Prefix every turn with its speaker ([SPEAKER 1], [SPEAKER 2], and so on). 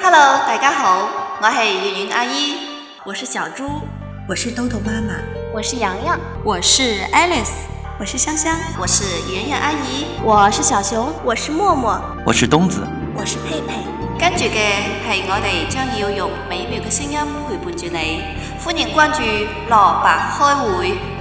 [SPEAKER 1] Hello，大家好，我係圓圓阿姨，我是小豬，
[SPEAKER 2] 我是豆豆妈妈，
[SPEAKER 3] 我是洋洋，
[SPEAKER 4] 我是 Alice，
[SPEAKER 5] 我是香香，
[SPEAKER 1] 我是圓圓阿姨，
[SPEAKER 6] 我是小熊，
[SPEAKER 7] 我是默默，
[SPEAKER 8] 我是東子，
[SPEAKER 9] 我是佩佩。
[SPEAKER 1] 跟住嘅係我哋將要用美妙嘅聲音陪伴住你，歡迎關注蘿蔔開會。